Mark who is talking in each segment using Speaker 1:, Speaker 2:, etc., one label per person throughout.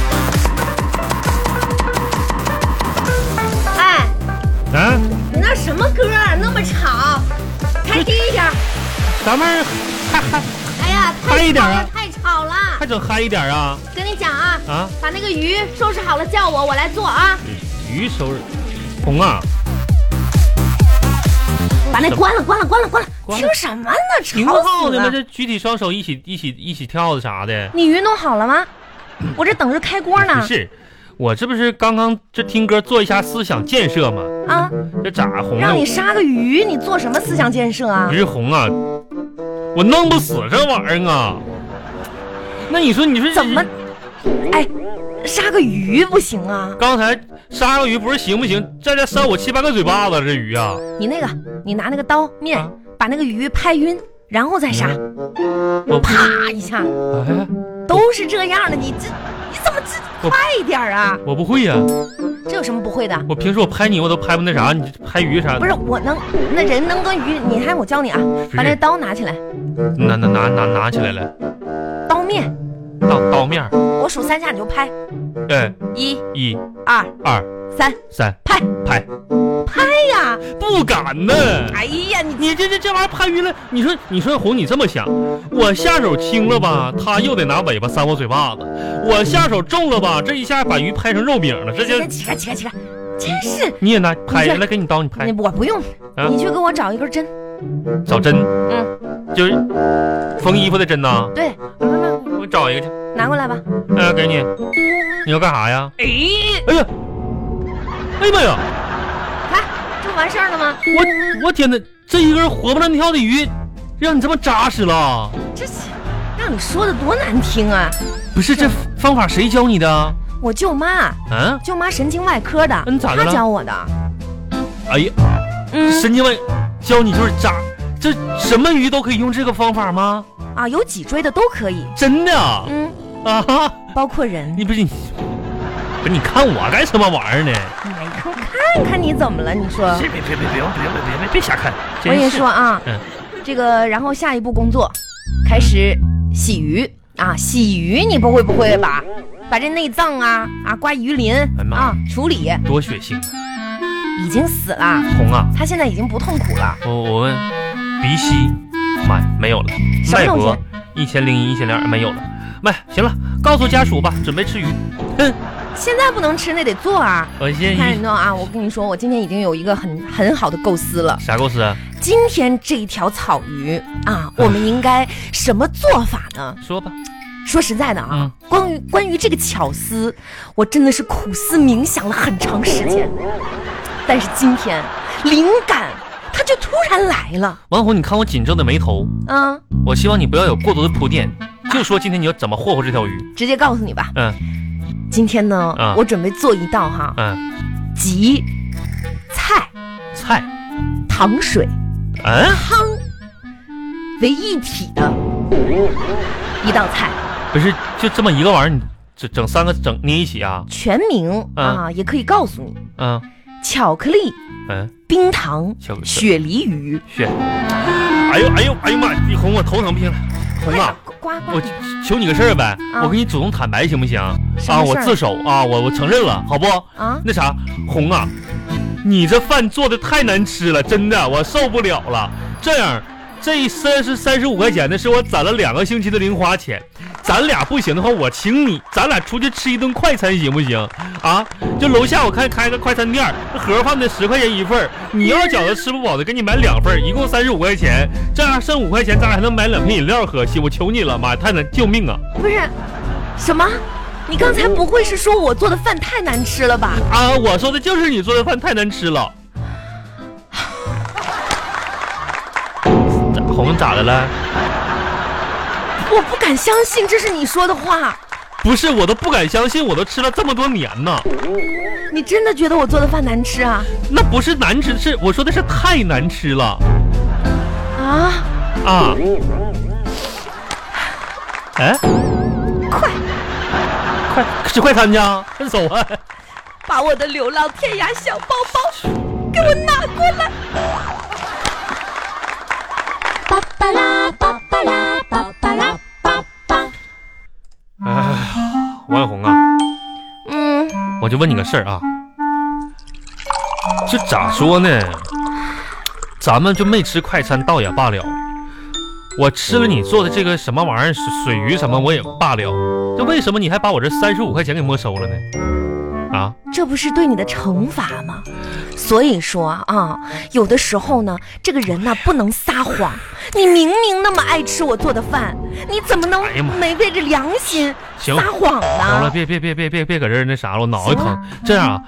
Speaker 1: 哎
Speaker 2: 啊咱们还还
Speaker 1: 哎呀，太
Speaker 2: 嗨一点啊
Speaker 1: 吵了太吵了！
Speaker 2: 还整嗨一点啊
Speaker 1: 跟你讲啊，
Speaker 2: 啊！
Speaker 1: 把那个鱼收拾好了叫我，我来做啊。
Speaker 2: 鱼收拾，红啊，
Speaker 1: 把那关了，关了，关了，关了！
Speaker 2: 关了
Speaker 1: 听什么呢？
Speaker 2: 挺
Speaker 1: 吵
Speaker 2: 好
Speaker 1: 死
Speaker 2: 的嘛，
Speaker 1: 了！
Speaker 2: 这举起双手一起一起一起跳的啥的。
Speaker 1: 你鱼弄好了吗？我这等着开锅
Speaker 2: 不
Speaker 1: 呢。
Speaker 2: 是，我这不是刚刚这听歌做一下思想建设吗？
Speaker 1: 啊，
Speaker 2: 这咋红
Speaker 1: 让
Speaker 2: 了
Speaker 1: 你？杀个鱼，你做什么思想建设啊
Speaker 2: 不？是红啊，我弄不死这玩意儿啊。那你说，你说这
Speaker 1: 怎么？哎，杀个鱼不行啊！
Speaker 2: 刚才杀个鱼不是行不行？在这扇我七八个嘴巴子，这鱼啊，
Speaker 1: 你那个，你拿那个刀面
Speaker 2: 啊
Speaker 1: 把那个鱼拍晕，然后再杀，
Speaker 2: 我
Speaker 1: 啪一下，
Speaker 2: 哎，
Speaker 1: 都是这样的。你这你怎么这
Speaker 2: 我
Speaker 1: 快一点啊？
Speaker 2: 我不会呀、
Speaker 1: 这有什么不会的？
Speaker 2: 我平时我拍你我都拍不那啥，你这拍鱼啥的
Speaker 1: 不。是我能，那人能跟鱼，你还我教你啊，把那刀拿起来，
Speaker 2: 拿拿拿拿拿起来了，
Speaker 1: 刀面，
Speaker 2: 刀刀面儿，
Speaker 1: 我数三下你就拍，
Speaker 2: 哎，
Speaker 1: 一
Speaker 2: 一
Speaker 1: 二
Speaker 2: 二
Speaker 1: 三，
Speaker 2: 三，
Speaker 1: 拍
Speaker 2: 拍，
Speaker 1: 哎呀，
Speaker 2: 不敢呢。
Speaker 1: 哎呀，你
Speaker 2: 你这这这玩意儿拍晕了，你说你说红，你这么想，我下手轻了吧，他又得拿尾巴扇我嘴巴子；我下手重了吧，这一下把鱼拍成肉饼了，这就
Speaker 1: 先起开起开起开，真是，
Speaker 2: 你也拿拍
Speaker 1: 你这
Speaker 2: 来给你刀，你
Speaker 1: 你
Speaker 2: 拍
Speaker 1: 我不用，
Speaker 2: 啊
Speaker 1: 你去给我找一根针，
Speaker 2: 找针，
Speaker 1: 嗯，
Speaker 2: 就是缝衣服的针呐，
Speaker 1: 对，
Speaker 2: 我找一个去，
Speaker 1: 拿过来吧。
Speaker 2: 呃，给你，你要干啥呀？
Speaker 1: 哎，
Speaker 2: 哎呀，哎呀妈呀！
Speaker 1: 哎看这不完事儿了吗？
Speaker 2: 我我天哪，这一根活蹦乱跳的鱼，让你这么扎实了？
Speaker 1: 这是让你说的多难听啊！
Speaker 2: 不是，这方法谁教你的？
Speaker 1: 我舅妈，
Speaker 2: 啊？
Speaker 1: 舅妈神经外科的，
Speaker 2: 嗯咋的
Speaker 1: 她
Speaker 2: 了
Speaker 1: 教我的，
Speaker 2: 哎呀，
Speaker 1: 嗯
Speaker 2: 神经外教你就是扎，这什么鱼都可以用这个方法吗？
Speaker 1: 啊，有脊椎的都可以，
Speaker 2: 真的啊？
Speaker 1: 嗯，
Speaker 2: 啊哈，
Speaker 1: 包括人。
Speaker 2: 你不是你，不是你看我干什么玩意儿呢？
Speaker 1: 你没空看看你怎么了？你说，
Speaker 2: 别别别别别别别别别瞎看！
Speaker 1: 我跟你说啊，
Speaker 2: 嗯
Speaker 1: 这个，然后下一步工作开始洗鱼啊，洗鱼你不会不会吧？把这内脏啊啊刮鱼鳞
Speaker 2: 哎妈
Speaker 1: 啊处理，
Speaker 2: 多血腥！
Speaker 1: 已经死了，
Speaker 2: 红啊，
Speaker 1: 他现在已经不痛苦了。
Speaker 2: 我我问，鼻息，妈呀，没有了，
Speaker 1: 什么
Speaker 2: 脉
Speaker 1: 东西
Speaker 2: 搏一千零一、一千零二没有了，喂，行了，告诉家属吧，准备吃鱼。哼，
Speaker 1: 现在不能吃，那得做啊。
Speaker 2: 我先
Speaker 1: 开始弄啊！我跟你说，我今天已经有一个很很好的构思了。
Speaker 2: 啥构思啊？
Speaker 1: 今天这一条草鱼啊，我们应该什么做法呢？
Speaker 2: 说吧。
Speaker 1: 说实在的啊，
Speaker 2: 嗯
Speaker 1: 关于关于这个巧思，我真的是苦思冥想了很长时间。但是今天灵感它就突然来了，
Speaker 2: 王红，你看我紧皱的眉头，
Speaker 1: 啊，
Speaker 2: 我希望你不要有过多的铺垫，就说今天你要怎么霍霍这条鱼。
Speaker 1: 直接告诉你吧，
Speaker 2: 嗯
Speaker 1: 今天呢，
Speaker 2: 啊
Speaker 1: 我准备做一道哈
Speaker 2: 嗯，
Speaker 1: 集菜、
Speaker 2: 菜，
Speaker 1: 糖水、
Speaker 2: 嗯，
Speaker 1: 汤为一体的一道菜，
Speaker 2: 不是就这么一个玩意儿，你整整三个整捏一起啊？
Speaker 1: 全名
Speaker 2: 啊
Speaker 1: 啊也可以告诉你：
Speaker 2: 嗯
Speaker 1: 巧克力、
Speaker 2: 嗯，
Speaker 1: 冰糖
Speaker 2: 巧克、力
Speaker 1: 雪梨鱼。
Speaker 2: 血。哎呦哎呦哎呦妈！你红我头疼病了，红
Speaker 1: 快
Speaker 2: 啊
Speaker 1: 点！刮刮
Speaker 2: 我求你个事儿呗，
Speaker 1: 啊
Speaker 2: 我跟你主动坦白行不行？
Speaker 1: 什
Speaker 2: 啊，
Speaker 1: 么
Speaker 2: 我
Speaker 1: 事儿
Speaker 2: 自首啊，我我承认了，好不？
Speaker 1: 啊！
Speaker 2: 那啥，红啊，你这饭做的太难吃了，真的，我受不了了。这样，这三十三十五块钱呢，是我攒了两个星期的零花钱。咱俩不行的话，我请你，咱俩出去吃一顿快餐行不行？啊，就楼下我看开个快餐店儿，那盒饭的十块钱一份儿，你要是饺子吃不饱的，给你买两份儿，一共三十五块钱，这样剩五块钱，咱俩还能买两瓶饮料喝。行，我求你了，妈呀，太难，救命啊！
Speaker 1: 不是，什么？你刚才不会是说我做的饭太难吃了吧？
Speaker 2: 啊，我说的就是你做的饭太难吃了。咋红咋的了？
Speaker 1: 我不敢相信这是你说的话。
Speaker 2: 不是，我都不敢相信，我都吃了这么多年呢。
Speaker 1: 你真的觉得我做的饭难吃啊？
Speaker 2: 那不是难吃，是我说的是太难吃了
Speaker 1: 啊！
Speaker 2: 啊！哎，
Speaker 1: 快
Speaker 2: 快吃快餐去，啊！快走啊！
Speaker 1: 把我的流浪天涯小包包给我拿过来！
Speaker 3: 巴巴拉巴巴拉巴巴拉巴巴。
Speaker 2: 哎，王小红啊，
Speaker 1: 嗯，
Speaker 2: 我就问你个事儿啊，这咋说呢？咱们就没吃快餐倒也罢了，我吃了你做的这个什么玩意儿水水鱼什么我也罢了，这为什么你还把我这三十五块钱给没收了呢？啊，
Speaker 1: 这不是对你的惩罚吗？所以说啊，有的时候呢，这个人呢不能撒谎。你明明那么爱吃我做的饭，你怎么能
Speaker 2: 哎呀妈
Speaker 1: 违背着良心
Speaker 2: 行
Speaker 1: 撒谎
Speaker 2: 好了，
Speaker 1: 呢？
Speaker 2: 别别别别别别搁这儿那啥了，我脑
Speaker 1: 啊
Speaker 2: 袋
Speaker 1: 行
Speaker 2: 疼
Speaker 1: 了。
Speaker 2: 这样啊，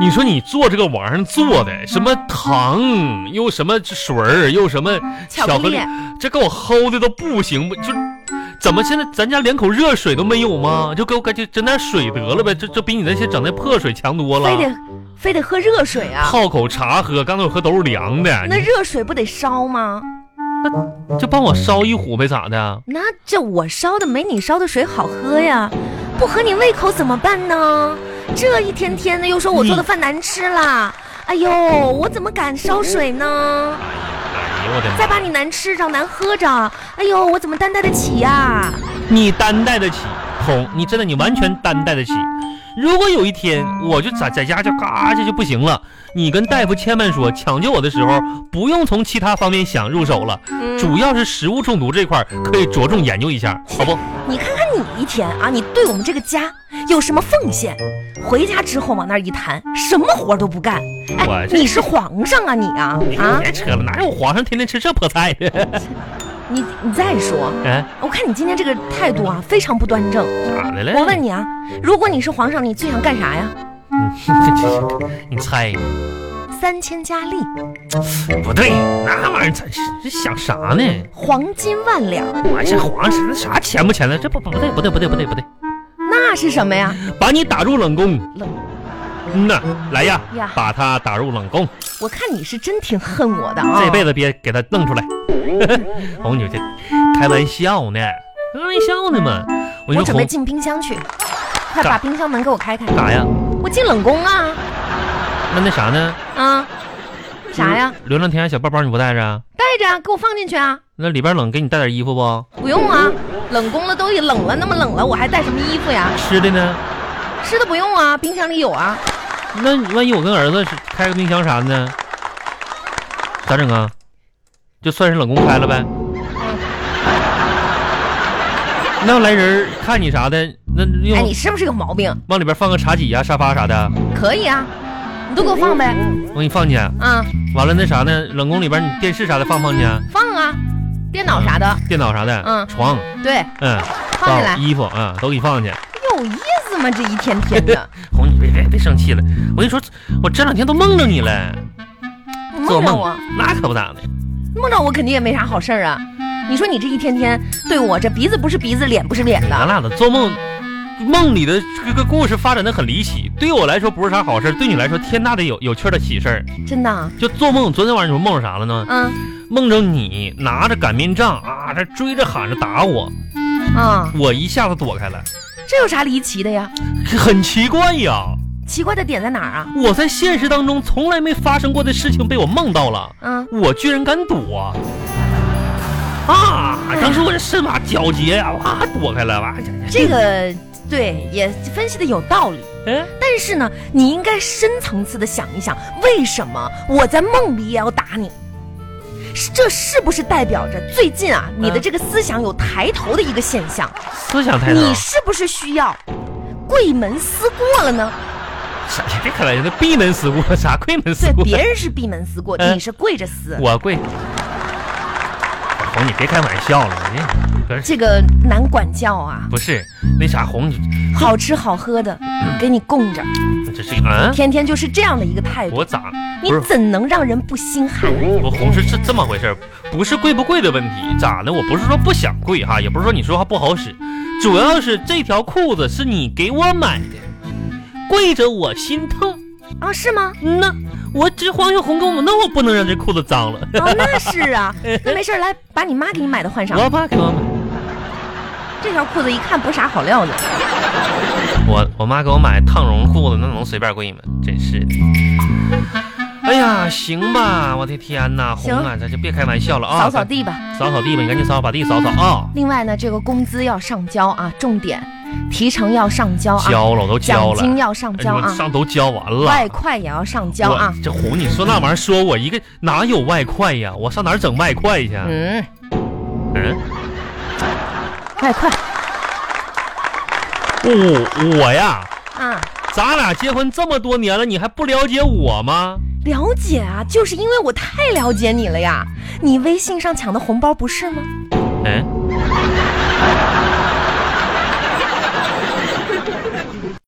Speaker 2: 你说你做这个玩意儿做的什么
Speaker 1: 嗯
Speaker 2: 糖，又什么水儿，又什么
Speaker 1: 巧
Speaker 2: 巧
Speaker 1: 克
Speaker 2: 克力
Speaker 1: 力，
Speaker 2: 这给我齁的都不行，就怎么现在咱家连口热水都没有吗？就给我赶紧整点水得了呗，这这比你那些整那破水强多
Speaker 1: 非
Speaker 2: 了。
Speaker 1: 得非得喝热水啊？
Speaker 2: 泡哎口茶喝，刚才我喝都是凉的，
Speaker 1: 那
Speaker 2: 你
Speaker 1: 热水不得烧吗？
Speaker 2: 就帮我烧一壶呗，咋的？啊
Speaker 1: 那这我烧的没你烧的水好喝呀，不合你胃口怎么办呢？这一天天的又说我
Speaker 2: 嗯
Speaker 1: 做的饭难吃啦，哎呦，我怎么敢烧水呢？
Speaker 2: 哎呦我的妈！
Speaker 1: 再把你难吃着、难喝着，哎呦，我怎么担待得起呀、
Speaker 2: 你担待得起，红，你真的你完全担待得起。如果有一天我就在在家就嘎这就不行了，你跟大夫千万说，抢救我的时候不用从其他方面想入手了，主要是食物中毒这块儿可以着重研究一下，好不？
Speaker 1: 你看看你一天啊，你对我们这个家有什么奉献？回家之后往那儿一谈，什么活都不干。
Speaker 2: 我
Speaker 1: 哎，
Speaker 2: 这嗯
Speaker 1: 你是皇上啊你啊啊！
Speaker 2: 别扯了，哪有皇上天天吃这破菜？
Speaker 1: 你你再说，
Speaker 2: 哎，
Speaker 1: 我看你今天这个态度啊，非常不端正。
Speaker 2: 咋的了？
Speaker 1: 我问你啊，如果你是皇上，你最想干啥呀？
Speaker 2: 你，你猜
Speaker 1: 三千佳丽，
Speaker 2: 不对，那玩意儿咱是这想啥呢？
Speaker 1: 黄金万两，
Speaker 2: 我这皇上啥钱不钱的？这不不对不对不对不对不对，
Speaker 1: 那是什么呀？
Speaker 2: 把你打入冷宫。
Speaker 1: 冷，
Speaker 2: 嗯呐，来呀，
Speaker 1: 呀
Speaker 2: 把他打入冷宫，
Speaker 1: 我看你是真挺恨我的啊！
Speaker 2: 这辈
Speaker 1: 子
Speaker 2: 子别给他弄出来。 红姐这开玩笑呢，开玩笑呢嘛。
Speaker 1: 我
Speaker 2: 我跟你
Speaker 1: 准
Speaker 2: 说
Speaker 1: 备
Speaker 2: 红
Speaker 1: 进冰箱去，快
Speaker 2: 干
Speaker 1: 把冰箱门给我开开。
Speaker 2: 啥呀？
Speaker 1: 我进冷宫啊
Speaker 2: 那那啥呢？
Speaker 1: 啊！啥呀？
Speaker 2: 流浪天涯小包包你不带着啊？
Speaker 1: 带着啊，给我放进去啊！
Speaker 2: 那里边冷，给你带点衣服不？
Speaker 1: 不用啊，冷宫了都也冷了，那么冷了，我还带什么衣服呀？
Speaker 2: 吃的呢？
Speaker 1: 吃的不用啊，冰箱里有啊。
Speaker 2: 那你万一我跟儿子是开个冰箱啥的呢？咋整啊？就算是冷宫开了呗。嗯那要来人儿看你啥的，那
Speaker 1: 哎，
Speaker 2: 用
Speaker 1: 你是不是有毛病？
Speaker 2: 往里边放个茶几呀、沙发啥的，
Speaker 1: 可以啊，你都给我放呗
Speaker 2: 我给你放进去。
Speaker 1: 啊，
Speaker 2: 完了那啥呢？冷宫里边你电视啥的放放去啊，
Speaker 1: 放啊，电脑啥的，
Speaker 2: 电脑啥的，
Speaker 1: 嗯
Speaker 2: 床，
Speaker 1: 对，
Speaker 2: 嗯，
Speaker 1: 放进来。
Speaker 2: 衣服啊、嗯，都给你放进去。
Speaker 1: 有意思吗？这一天天的，
Speaker 2: 红，你别别别生气了，我跟你说，我这两天都梦着你了， 做
Speaker 1: 梦着
Speaker 2: 梦
Speaker 1: 我，，
Speaker 2: 那可不咋的。
Speaker 1: 梦着我肯定也没啥好事儿啊。你说你这一天天对我这鼻子不是鼻子，脸不是脸
Speaker 2: 咱
Speaker 1: 的，
Speaker 2: 俩的做梦，梦里的这个故事发展的很离奇，对我来说不是啥好事，对你来说天大的有有趣的喜事儿。
Speaker 1: 真的啊，
Speaker 2: 就做梦，昨天晚上你说梦着啥了呢？
Speaker 1: 嗯
Speaker 2: 梦着你拿着擀面杖啊，这追着喊着打我，
Speaker 1: 啊，
Speaker 2: 我一下子躲开了，
Speaker 1: 这有啥离奇的呀？
Speaker 2: 很奇怪呀。
Speaker 1: 奇怪的点在哪儿啊？
Speaker 2: 我在现实当中从来没发生过的事情被我梦到了，
Speaker 1: 嗯，
Speaker 2: 我居然敢躲！啊，当时我这身法矫捷呀、哇，躲开了，哇，
Speaker 1: 这个对也分析的有道理，
Speaker 2: 哎，
Speaker 1: 但是呢，你应该深层次的想一想，为什么我在梦里也要打你？是这是不是代表着最近啊，你的
Speaker 2: 嗯
Speaker 1: 这个思想有抬头的一个现象？
Speaker 2: 思想太
Speaker 1: 你
Speaker 2: 大。
Speaker 1: 是不是需要贵门思过了呢？
Speaker 2: 啥呀？别开玩笑，那闭门思过，啥贵门思
Speaker 1: 对，
Speaker 2: 过？
Speaker 1: 别人是闭门思过，
Speaker 2: 嗯
Speaker 1: 你是跪着思。
Speaker 2: 我跪。红，你别开玩笑了，你不是
Speaker 1: 这个难管教啊，
Speaker 2: 不是那啥红，你
Speaker 1: 好吃好喝的给你供着，
Speaker 2: 这是嗯，
Speaker 1: 天天就是这样的一个态度，
Speaker 2: 我咋
Speaker 1: 你
Speaker 2: 不是
Speaker 1: 怎能让人不心寒？
Speaker 2: 我红是这这么回事儿，不是贵不贵的问题，咋的？我不是说不想贵哈，也不是说你说话不好使，主要是这条裤子是你给我买的，贵着我心疼。
Speaker 1: 啊？是吗？
Speaker 2: 嗯呐，我这黄小红跟我，那我不能让这裤子脏了，
Speaker 1: 啊，那是啊，那没事儿来把你妈给你买的换上，
Speaker 2: 我妈给我买，
Speaker 1: 这条裤子一看不是啥好料子。
Speaker 2: 我我妈给我买烫绒裤子，那能随便贵吗？真是的。哎呀，行吧，我的天呐，红啊，咱就别开玩笑了啊！
Speaker 1: 扫扫地吧。
Speaker 2: 扫扫地吧，你赶紧扫，把地扫扫啊！
Speaker 1: 另外呢，这个工资要上交啊，重点提成要上交啊，
Speaker 2: 交了，我都交
Speaker 1: 奖
Speaker 2: 了，
Speaker 1: 金要上交
Speaker 2: 哎我
Speaker 1: 啊，
Speaker 2: 上都交完了。
Speaker 1: 外快也要上交
Speaker 2: 我
Speaker 1: 啊。
Speaker 2: 这红，你说那玩意儿，说我一个哪有外快呀？我上哪儿整外快去？
Speaker 1: 嗯，
Speaker 2: 啊嗯，
Speaker 1: 快快
Speaker 2: 哦我我呀，
Speaker 1: 啊！
Speaker 2: 咱俩结婚这么多年了，你还不了解我吗？
Speaker 1: 了解啊，就是因为我太了解你了呀！你微信上抢的红包不是吗？
Speaker 2: 嗯，